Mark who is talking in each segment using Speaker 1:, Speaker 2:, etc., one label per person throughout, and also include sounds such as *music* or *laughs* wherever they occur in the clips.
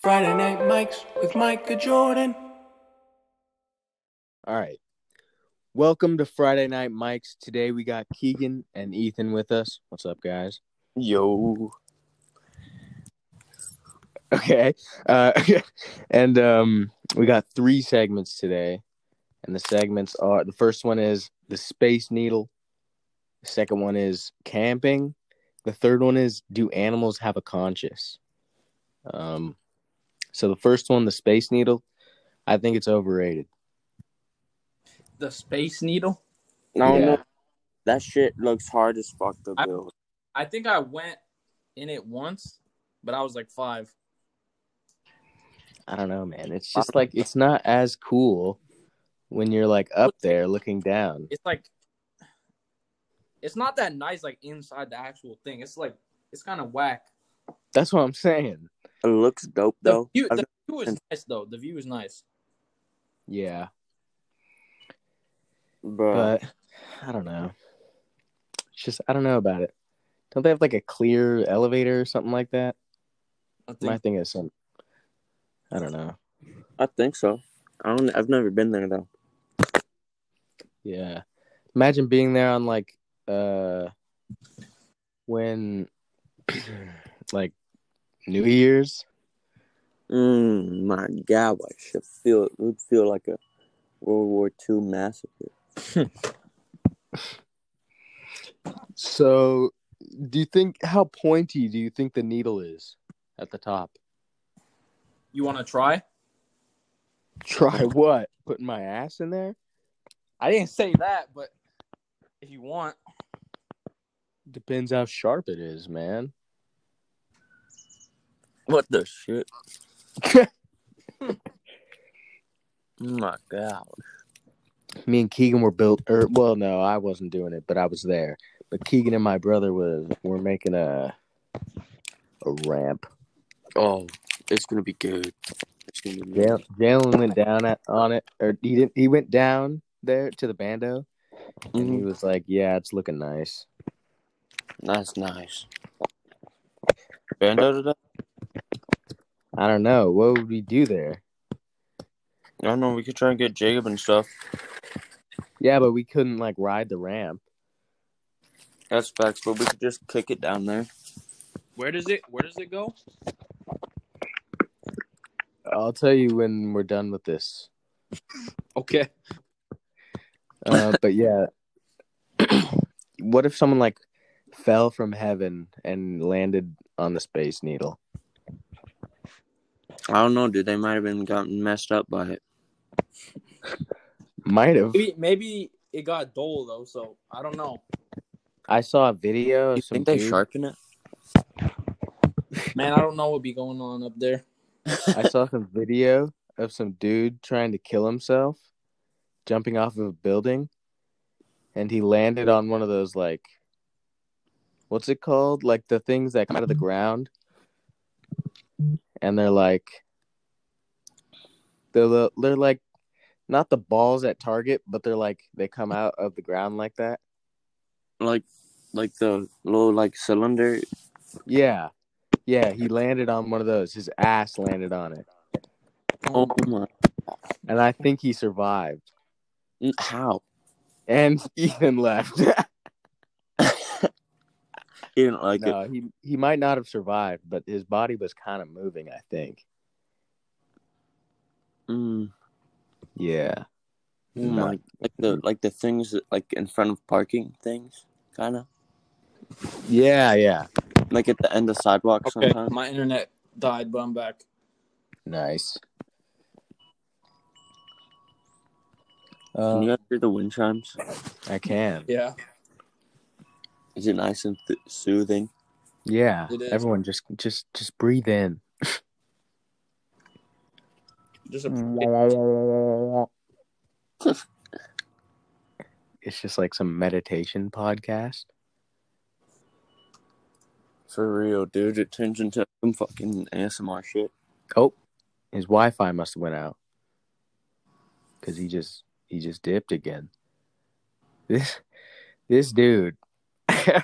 Speaker 1: Friday Night Mics with Micah Jordan.
Speaker 2: All right. Welcome to Friday Night Mics. Today we got Keegan and Ethan with us. What's up, guys?
Speaker 3: Yo.
Speaker 2: Okay. Uh, *laughs* and um, we got three segments today. And the segments are the first one is the Space Needle, the second one is camping, the third one is do animals have a conscience? Um, so the first one, the Space Needle, I think it's overrated.
Speaker 4: the space needle.
Speaker 3: No,
Speaker 2: Yeah.
Speaker 3: no. That shit looks hard as fuck to
Speaker 4: I-
Speaker 3: build.
Speaker 4: I think I went in it once, but I was like five.
Speaker 2: I don't know, man. It's just like it's not as cool when you're like up there looking down.
Speaker 4: It's like it's not that nice like inside the actual thing. It's like it's kind of whack.
Speaker 2: That's what I'm saying.
Speaker 3: It looks dope
Speaker 4: The
Speaker 3: though.
Speaker 4: view,
Speaker 3: I've
Speaker 4: the view is
Speaker 3: and-
Speaker 4: nice though. The view is nice.
Speaker 2: Yeah,
Speaker 3: been- Bruh.
Speaker 2: but I don't know. It's just I don't know about it. Don't they have like a clear elevator or something like that?
Speaker 4: I think
Speaker 2: My thing is some. I don't know.
Speaker 3: I think so. I don't. I've never been there though.
Speaker 2: Yeah, imagine being there on like uh when *clears throat* like New Year's.
Speaker 3: Mm, my God, what shit feel? It would feel like a World War II massacre.
Speaker 2: So, do you think how pointy do you think the needle is at the top?
Speaker 4: you want to try.
Speaker 2: Try what? Putting my ass in there?
Speaker 4: I didn't say that, but if you want,
Speaker 2: Depends how sharp it is, man.
Speaker 3: What the *laughs* shit? my God.
Speaker 2: Me and Keegan were built, or well, no, I wasn't doing it, but I was there. But Keegan and my brother was were making a a ramp.
Speaker 3: Oh, it's gonna be good. It's gonna be
Speaker 2: Jal- Jalen went down at, on it, or he didn't. He went down there to the bando, and he
Speaker 3: Mhm.
Speaker 2: was like, "Yeah, it's looking nice."
Speaker 3: That's nice. Bando today?
Speaker 2: I don't know what would we do there.
Speaker 3: I don't know. We could try and get Jacob and stuff.
Speaker 2: Yeah, but we couldn't like ride the ramp.
Speaker 3: That's facts, but we could just kick it down there.
Speaker 4: where does it where does it go?
Speaker 2: I'll tell you when we're done with this.
Speaker 4: Okay.
Speaker 2: Uh, but yeah, *clears throat* what if someone like fell from heaven and landed on the space needle?
Speaker 3: I don't know, dude. They might have been gotten messed up by it.
Speaker 2: Might have.
Speaker 4: Maybe maybe it got dull though, so I don't know.
Speaker 2: I saw a video of
Speaker 3: You
Speaker 2: some
Speaker 3: think they
Speaker 2: dude-
Speaker 3: sharpen it?
Speaker 4: Man, I don't know what be going on up there.
Speaker 2: I saw some video of some dude trying to kill himself, jumping off of a building, and he landed on one of those like, what's it called? Like the things that come out of the ground, and they're like, they're the- they're like, not the balls at Target, but they're like they come out of the ground like that.
Speaker 3: Like, like the little like cylinder.
Speaker 2: Yeah, yeah. He landed on one of those. His ass landed on it,
Speaker 3: Oh my!
Speaker 2: and I think he survived.
Speaker 3: n- How?
Speaker 2: And *laughs* Ethan left. *laughs*
Speaker 3: He didn't like it.
Speaker 2: no, he he might not have survived, but his body was kind of moving. I think.
Speaker 3: Mm,
Speaker 2: Yeah.
Speaker 3: oh
Speaker 2: No.
Speaker 3: my! Like the like the things that, like in front of parking things, kind of
Speaker 2: Yeah, yeah.
Speaker 3: like at the end of sidewalks
Speaker 4: Okay.
Speaker 3: sometimes.
Speaker 4: My internet died, but I'm back.
Speaker 2: Nice.
Speaker 3: Can you
Speaker 2: Uh,
Speaker 3: guys hear the wind chimes?
Speaker 2: I can.
Speaker 4: Yeah.
Speaker 3: Is it nice and th- soothing?
Speaker 2: Yeah.
Speaker 4: It is.
Speaker 2: Everyone, just just just breathe in.
Speaker 4: Just a
Speaker 2: It's just like some meditation podcast.
Speaker 3: For real, dude. It turns into some fucking ASMR shit.
Speaker 2: Oh, his Wi-Fi must have went out because he just he just dipped again. This this dude. *laughs*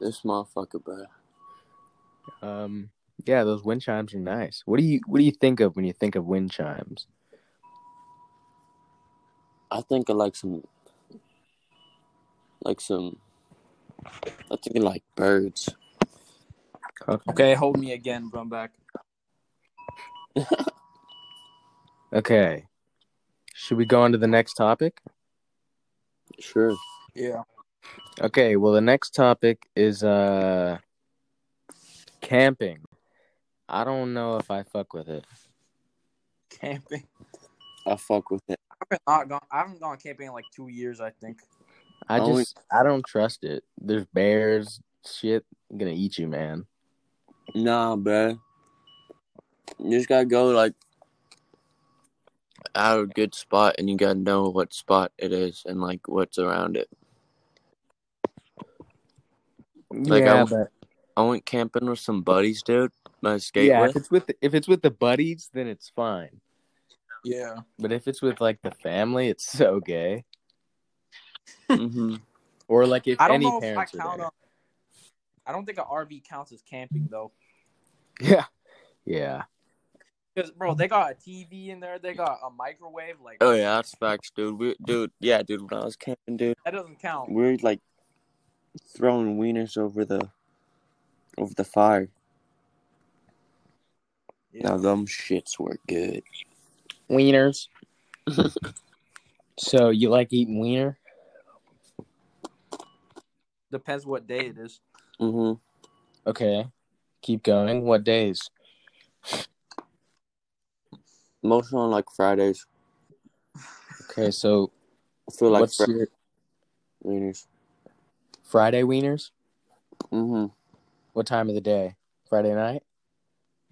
Speaker 3: This motherfucker, bro.
Speaker 2: Um, Yeah, those wind chimes are nice. What do you what do you think of when you think of wind chimes?
Speaker 3: I think I like some, like some. I think I like birds.
Speaker 4: Okay, hold me again, bro. I'm back.
Speaker 2: Okay. Should we go on to the next topic?
Speaker 3: Sure.
Speaker 4: Yeah.
Speaker 2: Okay, well the next topic is uh camping. I don't know if I fuck with it.
Speaker 4: Camping.
Speaker 3: I fuck with it.
Speaker 4: I've not gone. I haven't gone camping in like two years. I think.
Speaker 2: I
Speaker 3: Only-
Speaker 2: just I don't trust it. There's bears, shit gonna eat you, man.
Speaker 3: Nah, bro. You just gotta go like out of a good spot, and you gotta know what spot it is and like what's around it. Like, I-
Speaker 2: but
Speaker 3: I went camping with some buddies, dude. I skate
Speaker 2: yeah, if *laughs*
Speaker 3: with.
Speaker 2: it's with the, if it's with the buddies, then it's fine.
Speaker 4: Yeah.
Speaker 2: But if it's with like the family, it's *laughs* so gay.
Speaker 3: hmm
Speaker 2: Or like if
Speaker 4: I don't
Speaker 2: any
Speaker 4: know if I
Speaker 2: parents are
Speaker 4: count.
Speaker 2: there.
Speaker 4: On, I don't think an RV counts as camping though,
Speaker 2: *laughs* Yeah, yeah.
Speaker 4: because bro, they got a TV in there. They got a microwave. Like,
Speaker 3: Oh yeah, that's facts, dude. We, dude, yeah, dude. When I was camping, dude,
Speaker 4: that doesn't count.
Speaker 3: we were like throwing wieners over the over the fire. Now
Speaker 4: Yeah.
Speaker 3: them shits were good.
Speaker 2: Wieners. *laughs* so you like eating wiener?
Speaker 4: Depends what day it is.
Speaker 3: hmm
Speaker 2: Okay. Keep going. What days?
Speaker 3: Mostly on like Fridays.
Speaker 2: Okay, so
Speaker 3: I feel like
Speaker 2: what's
Speaker 3: fri-
Speaker 2: your
Speaker 3: wieners.
Speaker 2: Friday wieners?
Speaker 3: hmm
Speaker 2: What time of the day? Friday night?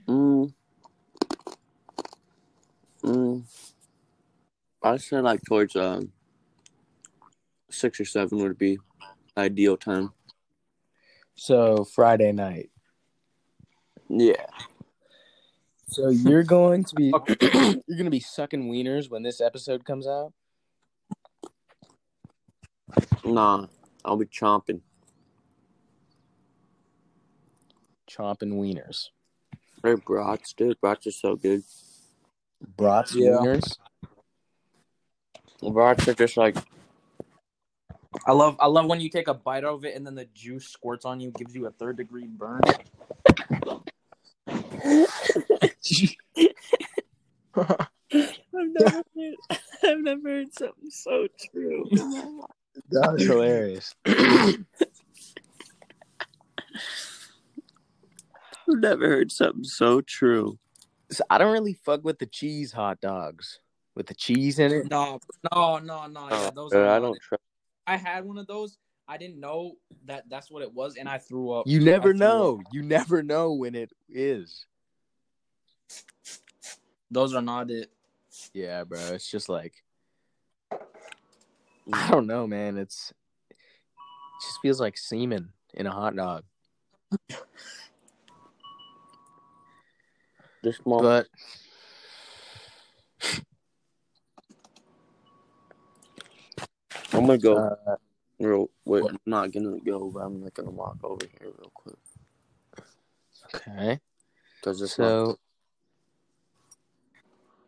Speaker 3: Mm. Mm. I say like towards um six or seven would be ideal time.
Speaker 2: So Friday night.
Speaker 3: Yeah.
Speaker 2: So you're going to be *clears throat* you're gonna be sucking wieners when this episode comes out?
Speaker 3: Nah, I'll be chomping.
Speaker 2: Chomping wieners.
Speaker 3: They're brats, dude. Brats are so good.
Speaker 2: Brats
Speaker 4: Yeah.
Speaker 2: wieners?
Speaker 3: Brats are just like
Speaker 4: I love. I love when you take a bite of it and then the juice squirts on you, gives you a third degree burn.
Speaker 3: *laughs* I've never heard, I've never heard something so true.
Speaker 2: That was hilarious.
Speaker 3: I've never heard something so true.
Speaker 2: So I don't really fuck with the cheese hot dogs. With the cheese in it.
Speaker 4: No, no, no, no. Oh, Yeah,
Speaker 2: Uh,
Speaker 4: those.
Speaker 3: Dude,
Speaker 4: are
Speaker 3: I
Speaker 4: not
Speaker 3: don't
Speaker 4: it.
Speaker 3: trust.
Speaker 4: I had one of those. I didn't know that that's what it was, and I threw up.
Speaker 2: You never
Speaker 4: I threw up.
Speaker 2: know. You never know when it is.
Speaker 4: Those are not it.
Speaker 2: Yeah, bro. It's just like I don't know, man. It's it just feels like semen in a hot dog.
Speaker 3: This mom,
Speaker 2: But
Speaker 3: I'm gonna go
Speaker 2: uh,
Speaker 3: real. Wait, I'm not gonna go, but I'm like gonna walk over here real quick
Speaker 2: okay.
Speaker 3: because this mother-
Speaker 2: So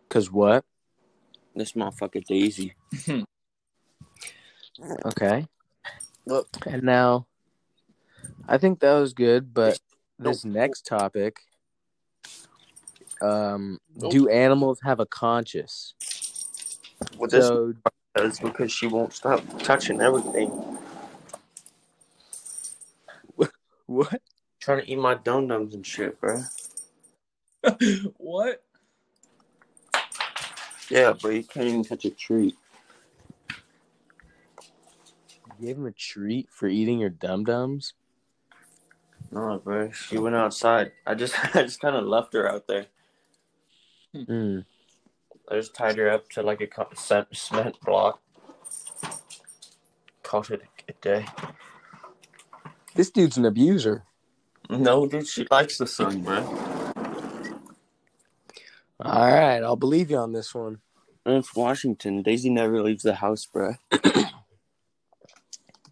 Speaker 2: cuz what?
Speaker 3: this motherfucker Daisy.
Speaker 2: Okay.
Speaker 3: Look.
Speaker 2: And now I think that was good, but this next topic um
Speaker 3: Nope.
Speaker 2: do animals have a conscience?
Speaker 3: What
Speaker 2: So
Speaker 3: does because she won't stop touching *laughs* everything,
Speaker 2: what?
Speaker 3: trying to eat my dum dums and shit, bro.
Speaker 4: What?
Speaker 3: Yeah, bro, you can't even touch a treat.
Speaker 2: You gave him a treat for eating your dum dums?
Speaker 3: No, bro, she went outside. I just, *laughs* I just kind of left her out there.
Speaker 2: Mm.
Speaker 3: I just tied her up to like a co- cement, cement block. Called it a day.
Speaker 2: This dude's an abuser.
Speaker 3: No, dude, she likes the sun, bro.
Speaker 2: All right, I'll believe you on this one.
Speaker 3: And it's Washington. Daisy never leaves the house, bro.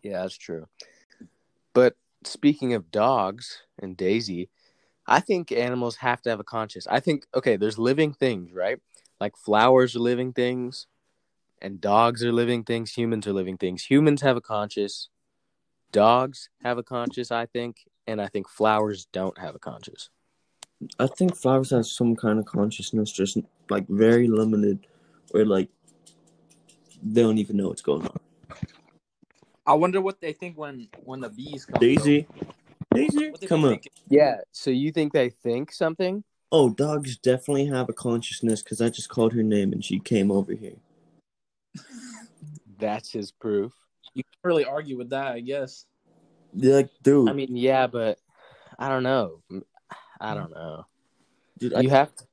Speaker 2: Yeah, that's true. But speaking of dogs and Daisy, I think animals have to have a conscience. I think okay, there's living things, right? Like flowers are living things, and dogs are living things. Humans are living things. Humans have a conscience. Dogs have a conscience, I think, and I think flowers don't have a conscience.
Speaker 5: I think flowers have some kind of consciousness, just like very limited, where like they don't even know what's going on.
Speaker 4: I wonder what they think when when the bees come.
Speaker 5: Daisy,
Speaker 4: though.
Speaker 5: Daisy,
Speaker 4: What they
Speaker 5: come up.
Speaker 4: think-
Speaker 2: Yeah. So you think they think something?
Speaker 5: Oh, dogs definitely have a consciousness because I just called her name and she came over here.
Speaker 2: That's his proof.
Speaker 4: You can't really argue with that, I guess.
Speaker 5: Like, dude,
Speaker 2: I mean, yeah, but I don't know. I don't know.
Speaker 5: dude,
Speaker 2: you have to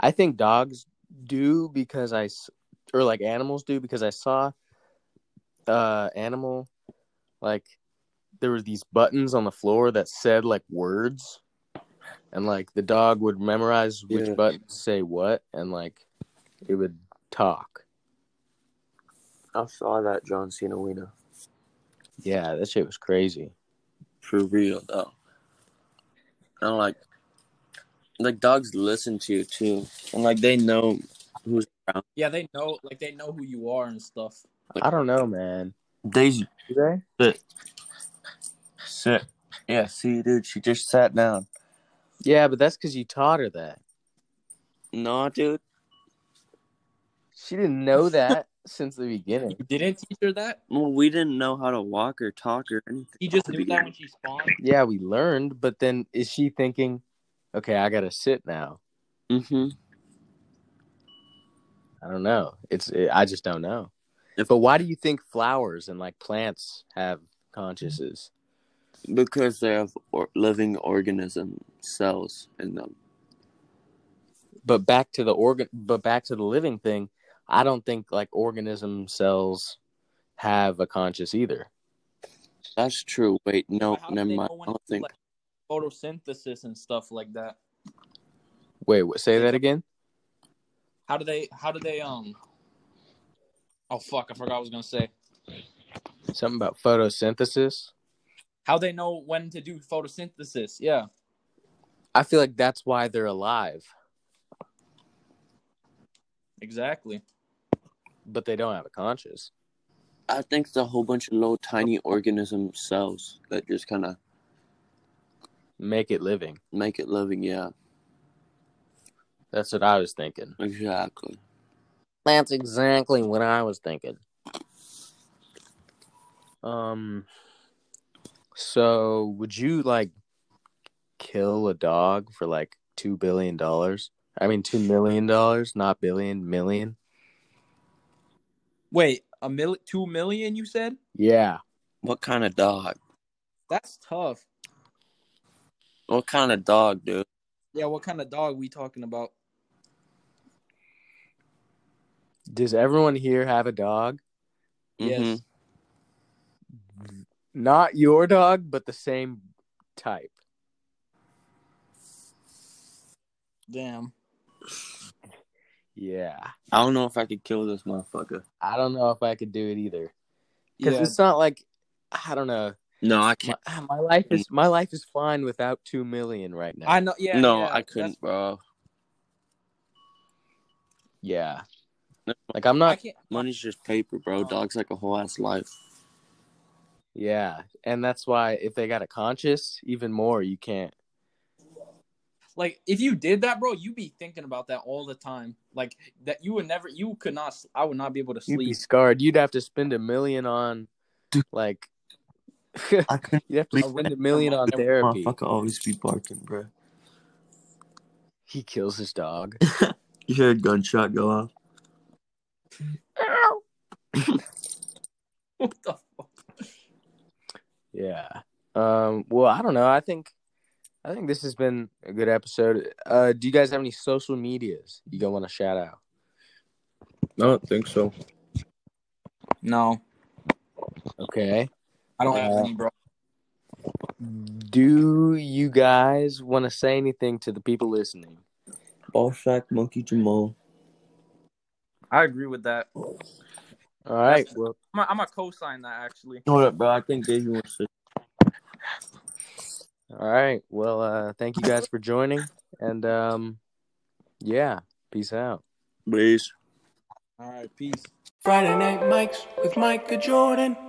Speaker 2: i think dogs do because i s- or like animals do because i saw uh animal like there were these buttons on the floor that said like words and like the dog would memorize which
Speaker 3: Yeah.
Speaker 2: button say what and like it would talk
Speaker 3: I saw that John Cena wiener.
Speaker 2: yeah that shit was crazy
Speaker 3: For real though. And like like dogs listen to you too. And like they know who's around.
Speaker 4: Yeah, they know, like they know who you are and stuff.
Speaker 2: i don't know man
Speaker 3: Daisy
Speaker 2: do they
Speaker 3: sit. Yeah, see dude, she just sat down.
Speaker 2: yeah but that's because you taught her that
Speaker 3: No, dude.
Speaker 2: she didn't know that since the beginning
Speaker 4: You didn't teach her that.
Speaker 3: Well, we didn't know how to walk or talk or anything.
Speaker 4: He just
Speaker 3: at
Speaker 4: knew
Speaker 3: the
Speaker 4: that
Speaker 3: beginning.
Speaker 4: when she spawned.
Speaker 2: yeah, we learned, but then is she thinking, okay, I gotta sit now?
Speaker 3: Mm-hmm.
Speaker 2: I don't know. It's it, I just don't know.
Speaker 3: If-
Speaker 2: but why do you think flowers and like plants have consciences?
Speaker 3: Because they have or- living organism cells in them.
Speaker 2: But back to the organ, but back to the living thing, I don't think like organism cells have a conscience either.
Speaker 3: That's true. Wait, no,
Speaker 4: But how do
Speaker 3: never
Speaker 4: they
Speaker 3: mind.
Speaker 4: know when
Speaker 3: I don't
Speaker 4: to do,
Speaker 3: think.
Speaker 4: like, photosynthesis and stuff like that.
Speaker 2: Wait, what, say that again.
Speaker 4: How do they? How do they? Um. Oh fuck! I forgot what I was gonna say.
Speaker 2: Something about photosynthesis.
Speaker 4: How they know when to do photosynthesis? Yeah.
Speaker 2: I feel like that's why they're alive,
Speaker 4: Exactly.
Speaker 2: but they don't have a conscience.
Speaker 3: I think it's a whole bunch of little tiny organism cells that just kind of
Speaker 2: Make it living.
Speaker 3: make it living. Yeah,
Speaker 2: That's what I was thinking.
Speaker 3: exactly.
Speaker 2: That's exactly what I was thinking. Um so would you like kill a dog for like 2 billion dollars? I mean 2 million dollars, not billion, million?
Speaker 4: Wait, a mil two million? You said
Speaker 2: Yeah.
Speaker 3: What kind of dog?
Speaker 4: that's tough.
Speaker 3: What kind of dog, dude?
Speaker 4: Yeah. What kind of dog we talking about?
Speaker 2: Does everyone here have a dog?
Speaker 3: Mm-hmm.
Speaker 4: Yes.
Speaker 2: Not your dog, but the same type.
Speaker 4: Damn.
Speaker 2: Yeah.
Speaker 3: I don't know if I could kill this motherfucker.
Speaker 2: I don't know if I could do it either. Cuz
Speaker 4: Yeah.
Speaker 2: it's not like I don't know.
Speaker 3: No, I
Speaker 2: My,
Speaker 3: can't.
Speaker 2: my life is my life is fine without 2 million right now.
Speaker 4: I know. Yeah.
Speaker 3: no,
Speaker 4: yeah,
Speaker 3: I
Speaker 4: that's-
Speaker 3: couldn't, bro.
Speaker 2: Yeah.
Speaker 3: No.
Speaker 2: Like I'm
Speaker 4: I
Speaker 2: not
Speaker 4: can't.
Speaker 3: Money's just paper,
Speaker 4: Oh.
Speaker 3: bro. Dog's like a whole ass life.
Speaker 2: yeah, and that's why if they got a conscience, even more you can't.
Speaker 4: like if you did that bro you'd be thinking about that all the time like that you would never you could not i would not be able to
Speaker 2: You'd be
Speaker 4: sleep
Speaker 2: scarred. You'd have to spend a million on like you'd
Speaker 5: I couldn't
Speaker 2: have to
Speaker 5: Like,
Speaker 2: spend a million on
Speaker 5: that
Speaker 2: therapy.
Speaker 5: Motherfucker always be barking, bro.
Speaker 2: He kills his dog.
Speaker 5: You hear a gunshot go off.
Speaker 4: *laughs* what the fuck?
Speaker 2: Yeah. Um well, I don't know. I think I think this has been a good episode. Uh do you guys have any social medias you gonna want to shout out?
Speaker 5: I don't think so.
Speaker 4: no
Speaker 2: Okay.
Speaker 4: i don't have
Speaker 2: Uh,
Speaker 4: any bro
Speaker 2: Do you guys want to say anything to the people listening?
Speaker 5: Ball sack monkey Jamal.
Speaker 4: i agree with that i'm
Speaker 2: All right. Well,
Speaker 4: gonna I'm gonna co-sign that actually
Speaker 5: Hold up, bro. I think Daisy wants to.
Speaker 2: All right. Well, uh, thank you guys for joining. And um, yeah, peace out.
Speaker 3: Peace.
Speaker 4: All right, peace.
Speaker 1: Friday night mics with Micah Jordan.